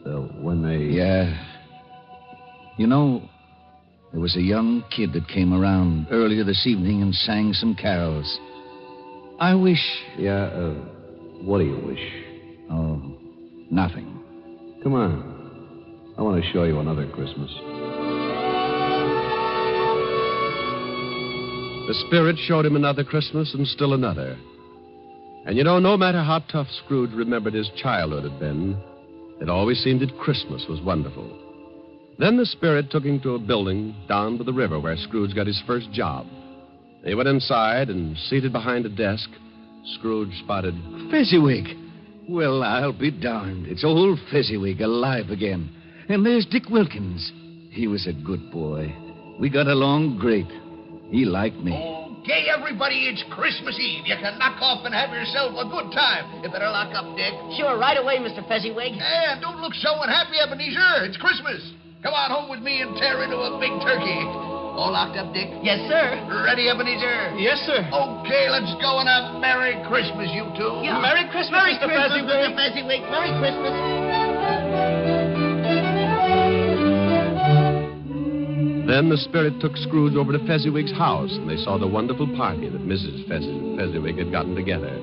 uh, when they. Yeah. You know, there was a young kid that came around earlier this evening and sang some carols. I wish. Yeah, uh, what do you wish? Oh, nothing. Come on. I want to show you another Christmas. The spirit showed him another Christmas and still another. And you know, no matter how tough Scrooge remembered his childhood had been, it always seemed that Christmas was wonderful. Then the spirit took him to a building down by the river where Scrooge got his first job. He went inside and seated behind a desk, Scrooge spotted Fezziwig. Well, I'll be darned. It's old Fezziwig alive again. And there's Dick Wilkins. He was a good boy. We got along great. He liked me. Okay, everybody, it's Christmas Eve. You can knock off and have yourself a good time. You better lock up, Dick. Sure, right away, Mr. Fezziwig. And don't look so unhappy, Ebenezer. It's Christmas. Come on home with me and tear into a big turkey. All locked up, Dick? Yes, sir. Ready, Ebenezer? Yes, sir. Okay, let's go and have Merry Christmas, you two. Yeah. Merry Christmas, Merry Mr. Christmas, Fezziwig. Mr. Fezziwig. Merry Then the spirit took Scrooge over to Fezziwig's house, and they saw the wonderful party that Mrs. Fezzi- Fezziwig had gotten together.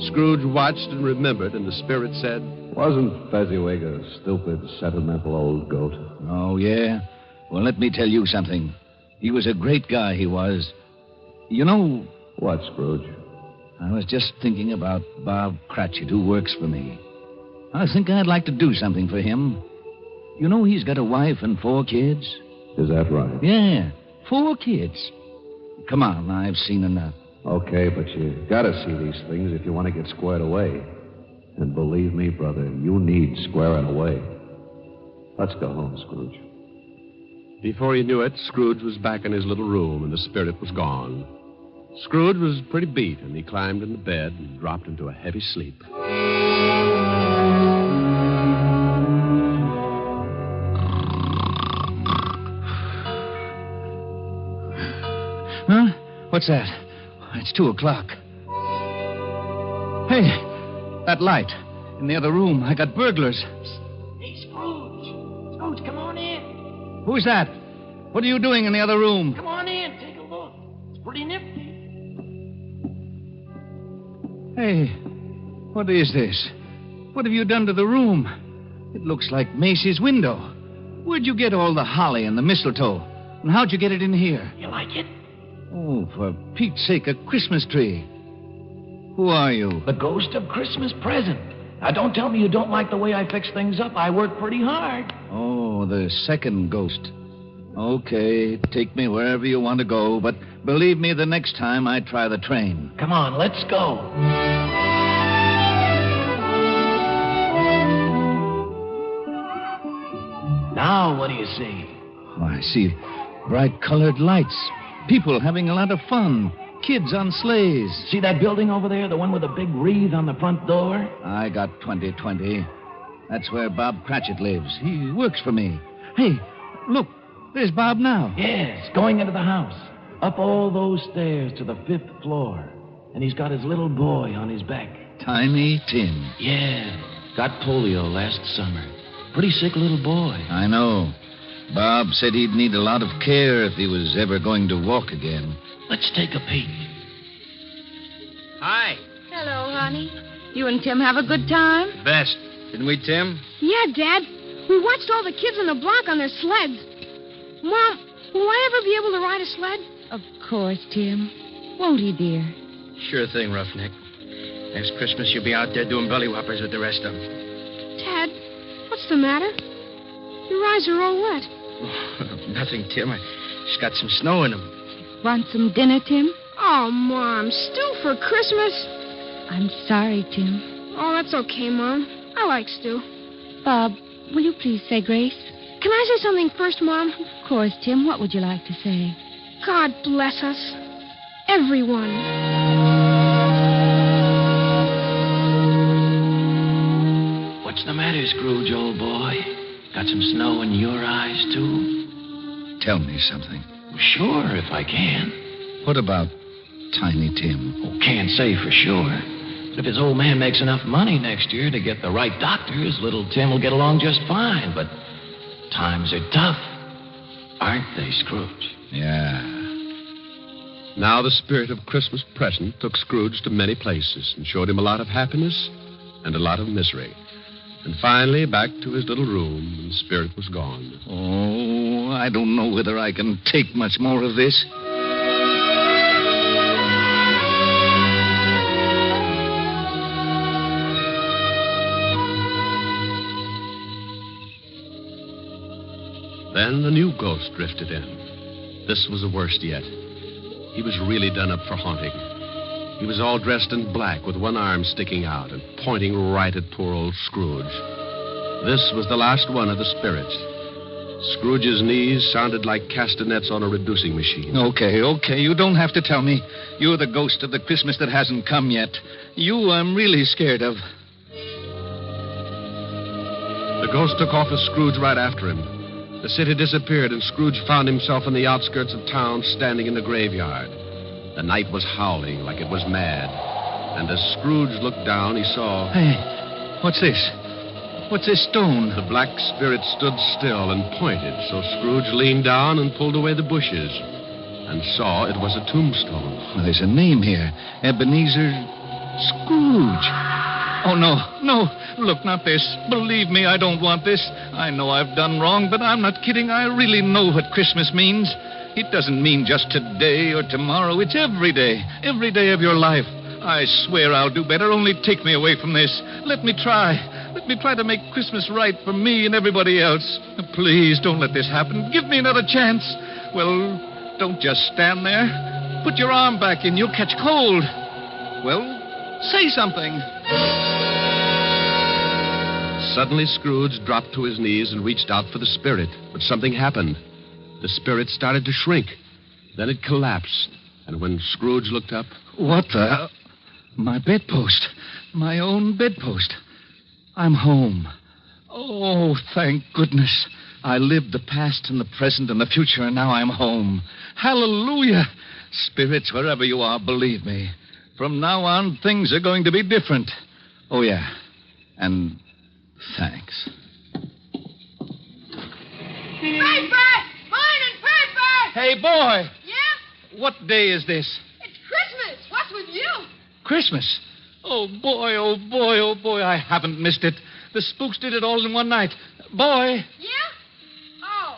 Scrooge watched and remembered, and the spirit said, Wasn't Fezziwig a stupid, sentimental old goat? Oh, yeah? Well, let me tell you something. He was a great guy, he was. You know. What, Scrooge? I was just thinking about Bob Cratchit, who works for me. I think I'd like to do something for him. You know, he's got a wife and four kids. Is that right? Yeah, Four kids. Come on, I've seen enough. Okay, but you gotta see these things if you want to get squared away. And believe me, brother, you need squaring away. Let's go home, Scrooge. Before he knew it, Scrooge was back in his little room and the spirit was gone. Scrooge was pretty beat and he climbed into bed and dropped into a heavy sleep. Huh? What's that? It's two o'clock. Hey, that light in the other room. I got burglars. Hey, Scrooge! Scrooge, come on in! Who's that? What are you doing in the other room? Come on in, take a look. It's pretty nifty. Hey, what is this? What have you done to the room? It looks like Macy's window. Where'd you get all the holly and the mistletoe? And how'd you get it in here? You like it? Oh, for Pete's sake, a Christmas tree. Who are you? The ghost of Christmas present. Now, don't tell me you don't like the way I fix things up. I work pretty hard. Oh, the second ghost. Okay, take me wherever you want to go, but believe me, the next time I try the train. Come on, let's go. Now, what do you see? Oh, I see bright colored lights, people having a lot of fun, kids on sleighs. See that building over there, the one with the big wreath on the front door? I got 2020. That's where Bob Cratchit lives. He works for me. Hey, look, there's Bob now. Yes, going into the house, up all those stairs to the fifth floor. And he's got his little boy on his back. Tiny Tim. Yeah, got polio last summer. Pretty sick little boy. I know. Bob said he'd need a lot of care if he was ever going to walk again. Let's take a peek. Hi. Hello, honey. You and Tim have a good time? Best. Didn't we, Tim? Yeah, Dad. We watched all the kids on the block on their sleds. Mom, will I ever be able to ride a sled? Of course, Tim. Won't he, dear? Sure thing, Roughneck. Next Christmas, you'll be out there doing belly whoppers with the rest of them. Dad, what's the matter? Your eyes are all wet. Nothing, Tim. I just got some snow in them. Want some dinner, Tim? Oh, Mom, stew for Christmas? I'm sorry, Tim. Oh, that's okay, Mom. I like stew. Bob, will you please say grace? Can I say something first, Mom? Of course, Tim. What would you like to say? God bless us. Everyone. What's the matter, Scrooge, old boy? Got some snow in your eyes, too? Tell me something. Sure, if I can. What about Tiny Tim? Oh, can't say for sure. But if his old man makes enough money next year to get the right doctors, little Tim will get along just fine. But times are tough, aren't they, Scrooge? Yeah. Now the spirit of Christmas present took Scrooge to many places and showed him a lot of happiness and a lot of misery. And finally, back to his little room, and the spirit was gone. Oh, I don't know whether I can take much more of this. Then the new ghost drifted in. This was the worst yet. He was really done up for haunting. He was all dressed in black with one arm sticking out and pointing right at poor old Scrooge. This was the last one of the spirits. Scrooge's knees sounded like castanets on a reducing machine. Okay, okay, you don't have to tell me. You're the ghost of the Christmas that hasn't come yet. You I'm really scared of. The ghost took off with Scrooge right after him. The city disappeared, and Scrooge found himself in the outskirts of town, standing in the graveyard. The night was howling like it was mad. And as Scrooge looked down, he saw. Hey, what's this? What's this stone? The black spirit stood still and pointed, so Scrooge leaned down and pulled away the bushes and saw it was a tombstone. Well, there's a name here Ebenezer Scrooge. Oh, no, no. Look, not this. Believe me, I don't want this. I know I've done wrong, but I'm not kidding. I really know what Christmas means. It doesn't mean just today or tomorrow. It's every day, every day of your life. I swear I'll do better. Only take me away from this. Let me try. Let me try to make Christmas right for me and everybody else. Please don't let this happen. Give me another chance. Well, Don't just stand there. Put your arm back in. You'll catch cold. Well, say something. Suddenly, Scrooge dropped to his knees and reached out for the spirit, but something happened. The spirit started to shrink. Then it collapsed, and when Scrooge looked up. What the? My bedpost. My own bedpost. I'm home. Oh, thank goodness. I lived the past and the present and the future, and now I'm home. Hallelujah. Spirits, wherever you are, believe me. From now on, things are going to be different. Oh, yeah. And thanks. Paper! Morning, paper! Hey, boy, Yeah? what day is this? It's Christmas! What's with you? Christmas. Oh, boy, oh, boy, oh, boy, I haven't missed it. The spooks did it all in one night. Boy, Yeah? Oh,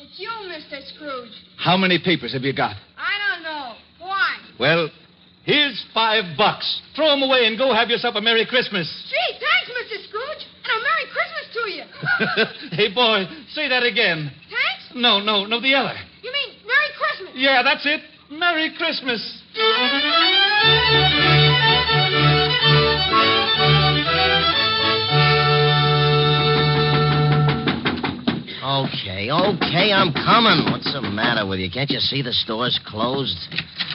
it's you, Mr. Scrooge. how many papers have you got? I don't know. Why? Well, here's five bucks. Throw 'em away and go have yourself a Merry *laughs* Christmas. Gee, thanks, Mr. Scrooge. And a Merry Christmas to you. *laughs* hey, boy, say that again. thanks? No, no, no, the other. You mean Merry Christmas? Yeah, that's it. Merry Christmas. Okay, okay, I'm coming. What's the matter with you? Can't you see the store's closed?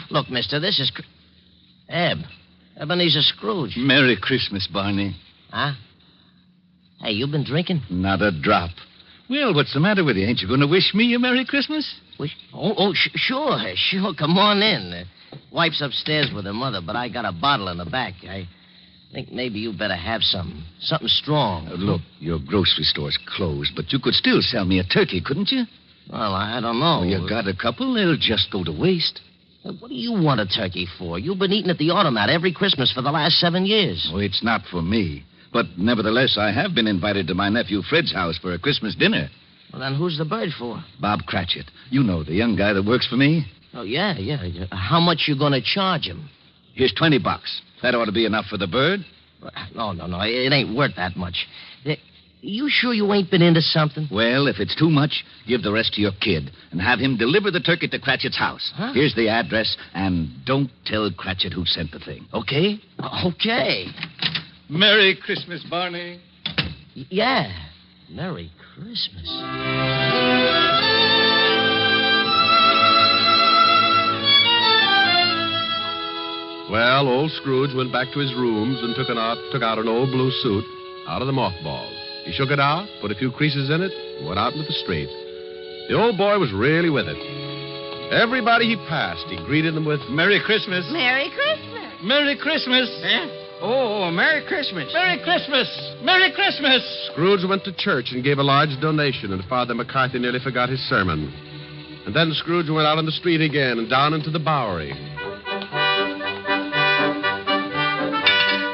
Look, mister, this is. Cr- Eb. Ebenezer Scrooge. Merry Christmas, Barney. Huh? Hey, you been drinking? Not a drop. Well, what's the matter with you? Ain't you going to wish me a Merry Christmas? Wish? Oh, oh sh- sure, sure. Come on in. Uh, wife's upstairs with her mother, but I got a bottle in the back. I think maybe you better have something. Something strong. Uh, Look, your grocery store's closed, but you could still sell me a turkey, couldn't you? Well, I don't know. Uh, Oh, you got a couple? They'll just go to waste. What do you want a turkey for? You've been eating at the automat every Christmas for the last seven years. Oh, it's not for me. But nevertheless, I have been invited to my nephew Fred's house for a Christmas dinner. Well, then who's the bird for? Bob Cratchit. You know, the young guy that works for me. Oh, yeah, yeah. yeah. How much you going to charge him? Here's 20 bucks. That ought to be enough for the bird. Uh, No, no, no. It ain't worth that much. Eh, You sure you ain't been into something? Well, if it's too much, give the rest to your kid and have him deliver the turkey to Cratchit's house. Here's the address, and don't tell Cratchit who sent the thing, okay? Okay. Merry Christmas, Barney. Y- Yeah. Merry Christmas. Well, old Scrooge went back to his rooms and took, an out, took out an old blue suit out of the mothballs. He shook it out, put a few creases in it, and went out into the street. The old boy was really with it. Everybody he passed, he greeted them with Merry Christmas. Merry Christmas. Merry Christmas. Oh, Merry Christmas. Merry Christmas. Merry Christmas. Scrooge went to church and gave a large donation, and Father McCarthy nearly forgot his sermon. And then Scrooge went out on the street again and down into the Bowery.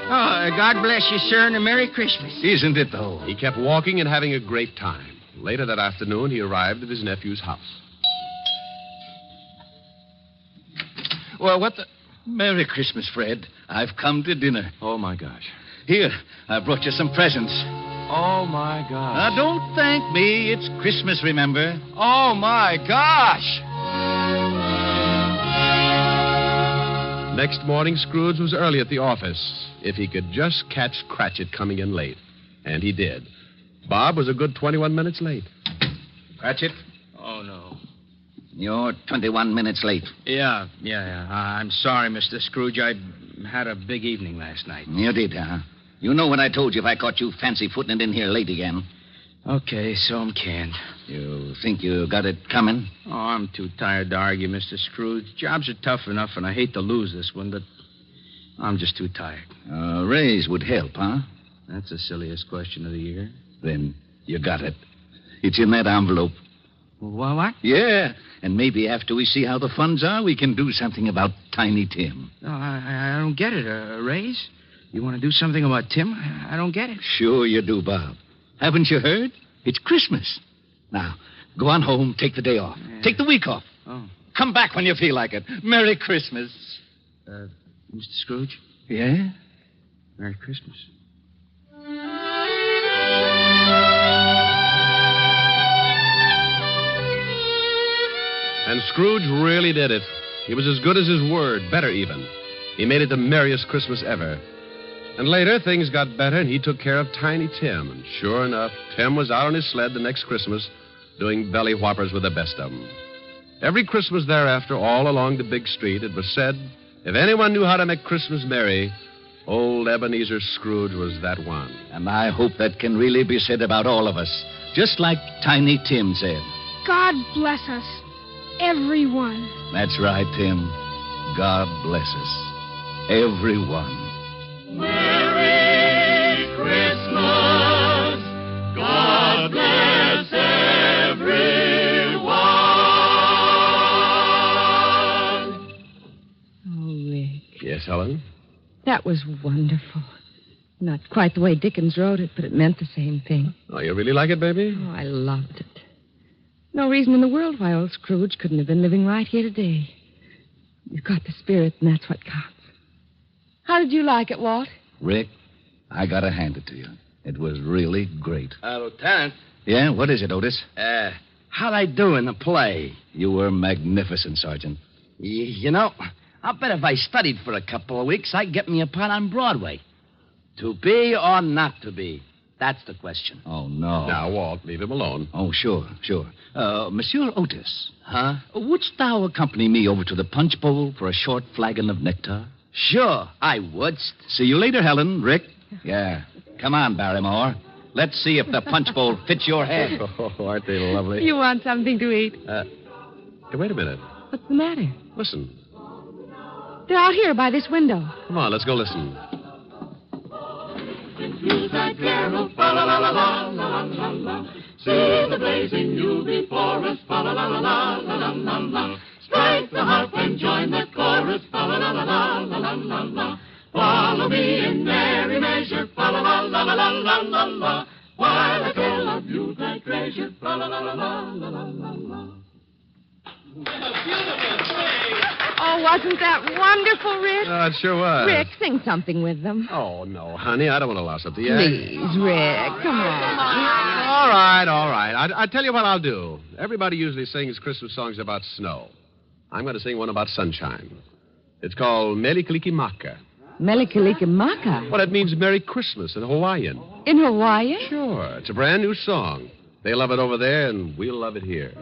Oh, God bless you, sir, and a Merry Christmas. Isn't it, though? He kept walking and having a great time. Later that afternoon, he arrived at his nephew's house. Well, what the. Merry Christmas, Fred. I've come to dinner. Oh, my gosh. Here, I brought you some presents. Oh, my God. Now, don't thank me. It's Christmas, remember? Oh, my gosh. Next morning, Scrooge was early at the office. If he could just catch Cratchit coming in late. And he did. Bob was a good 21 minutes late. Cratchit? Oh, no. You're 21 minutes late. Yeah, yeah, yeah. I- I'm sorry, Mr. Scrooge. I had a big evening last night. You did, huh? You know what I told you if I caught you fancy footing it in here late again. Okay, so I'm canned. You think you got it coming? Oh, I'm too tired to argue, Mr. Scrooge. Jobs are tough enough, and I hate to lose this one, but I'm just too tired. A raise would help, huh? That's the silliest question of the year. Then you got it. It's in that envelope. Well, what? Yeah, and maybe after we see how the funds are, we can do something about Tiny Tim. No, I, I don't get it. A, a raise? You want to do something about Tim? I, I don't get it. Sure you do, Bob. Haven't you heard? It's Christmas. Now, go on home, take the day off. Take the week off. Oh. Come back when you feel like it. Merry Christmas. Uh, Mr. Scrooge? Yeah? Merry Christmas. And Scrooge really did it. He was as good as his word, better even. He made it the merriest Christmas ever. And later, things got better, and he took care of Tiny Tim. And sure enough, Tim was out on his sled the next Christmas doing belly whoppers with the best of 'em. Every Christmas thereafter, all along the big street, it was said if anyone knew how to make Christmas merry, old Ebenezer Scrooge was that one. And I hope that can really be said about all of us. Just like Tiny Tim said. God bless us, everyone. That's right, Tim. God bless us. Everyone. God bless everyone. Yes, Helen? That was wonderful. Not quite the way Dickens wrote it, but it meant the same thing. Oh, you really like it, baby? Oh, I loved it. No reason in the world why old Scrooge couldn't have been living right here today. You've got the spirit, and that's what counts. How did you like it, Walt? Rick, I gotta hand it to you. It was really great. Uh, Lieutenant, Yeah, what is it, Otis? uh, how'd I do in the play? You were magnificent, Sergeant. Y- you know, I bet if I studied for a couple of weeks, I'd get me a part on Broadway. To be or not to be? That's the question. Oh, no. Now, Walt, leave him alone. Oh, sure, sure. Uh, Monsieur Otis, Huh? wouldst thou accompany me over to the punch bowl for a short flagon of nectar? Sure, I wouldst. See you later, Helen, Rick. Yeah. Come on, Barrymore. Let's see if the punch bowl fits your head. *laughs* Oh, aren't they lovely? You want something to eat? Uh, hey, wait a minute. What's the matter? Listen. They're out here by this window. Come on, let's go listen. Fa la la la la la la la. See the blazing new before us. Fa la la la la la la la la. Strike the harp and join the chorus. Fa la la la la la la la la. Follow me in merry measure. Fa la la la la la la la la. While I tell of you thy treasure. Fa la la la la la la la la. Oh, wasn't that wonderful, Rick? Oh, it sure was. Rick, sing something with them. Oh, no, honey, I don't want to louse up the act. Please, Rick, come on. All right, all right. I, I tell you what I'll do. Everybody usually sings Christmas songs about snow. I'm going to sing one about sunshine. It's called Melikilikimaka. Melikalikimaka. Well, it means Merry Christmas in Hawaiian. In Hawaii? Sure. It's a brand new song. They love it over there, and we'll love it here.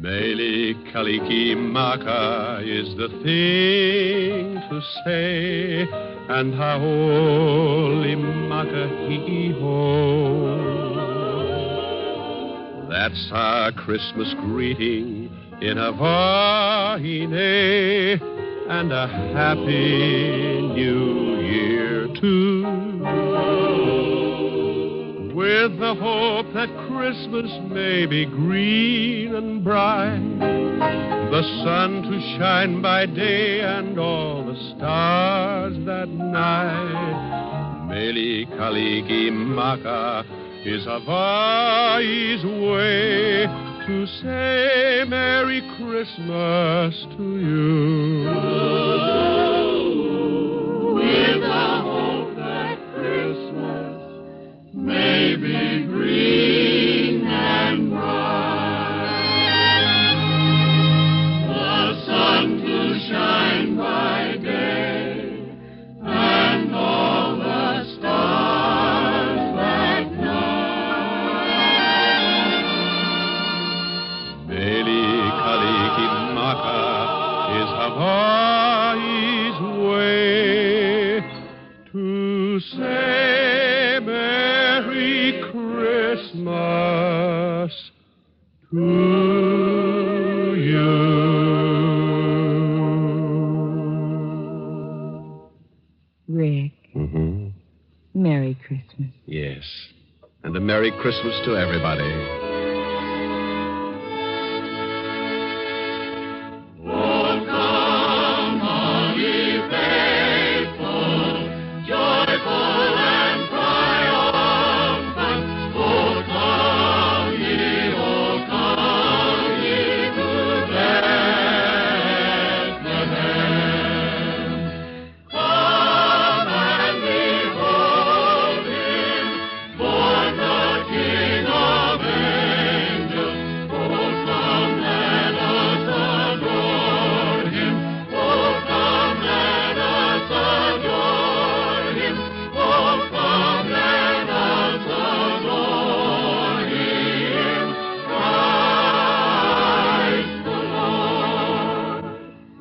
Meili Kaliki Maka is the thing to say, and Haoli Maka hee ho. That's our Christmas greeting in Hawaii, and a happy new year too. With the hope that Christmas may be green and bright, the sun to shine by day and all the stars that night. Meli Kaliki Maka is Hawaii's way to say Merry Christmas to you. With the hope that Christmas may be green and bright. The sun to shine by day and all the stars that night. Meli Kalikimaka is Hawaii's way to say Merry Christmas to you. Rick, Mm-hmm. Merry Christmas. Yes. And a Merry Christmas to everybody. Born the King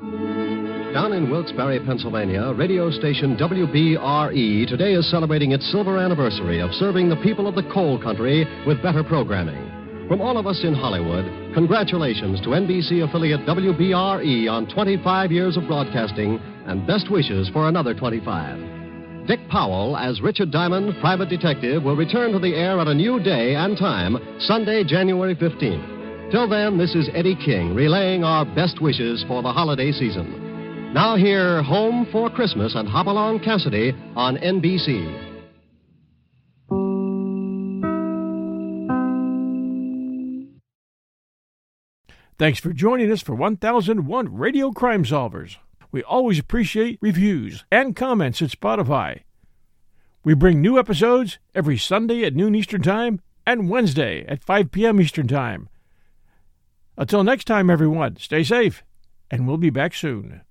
in Wilkes-Barre, Pennsylvania, radio station WBRE E today is celebrating its silver anniversary of serving the people of the coal country with better programming. From all of us in Hollywood, congratulations to NBC affiliate WBRE E on 25 years of broadcasting and best wishes for another 25. Dick Powell, as Richard Diamond, private detective, will return to the air at a new day and time, Sunday, January 15th. Till then, this is Eddie King relaying our best wishes for the holiday season. Now, hear Home for Christmas and Hopalong Cassidy on NBC. Thanks for joining us for 1001 Radio Crime Solvers. We always appreciate reviews and comments at Spotify. We bring new episodes every Sunday at noon Eastern Time and Wednesday at 5 p.m. Eastern Time. Until next time, everyone, stay safe, and we'll be back soon.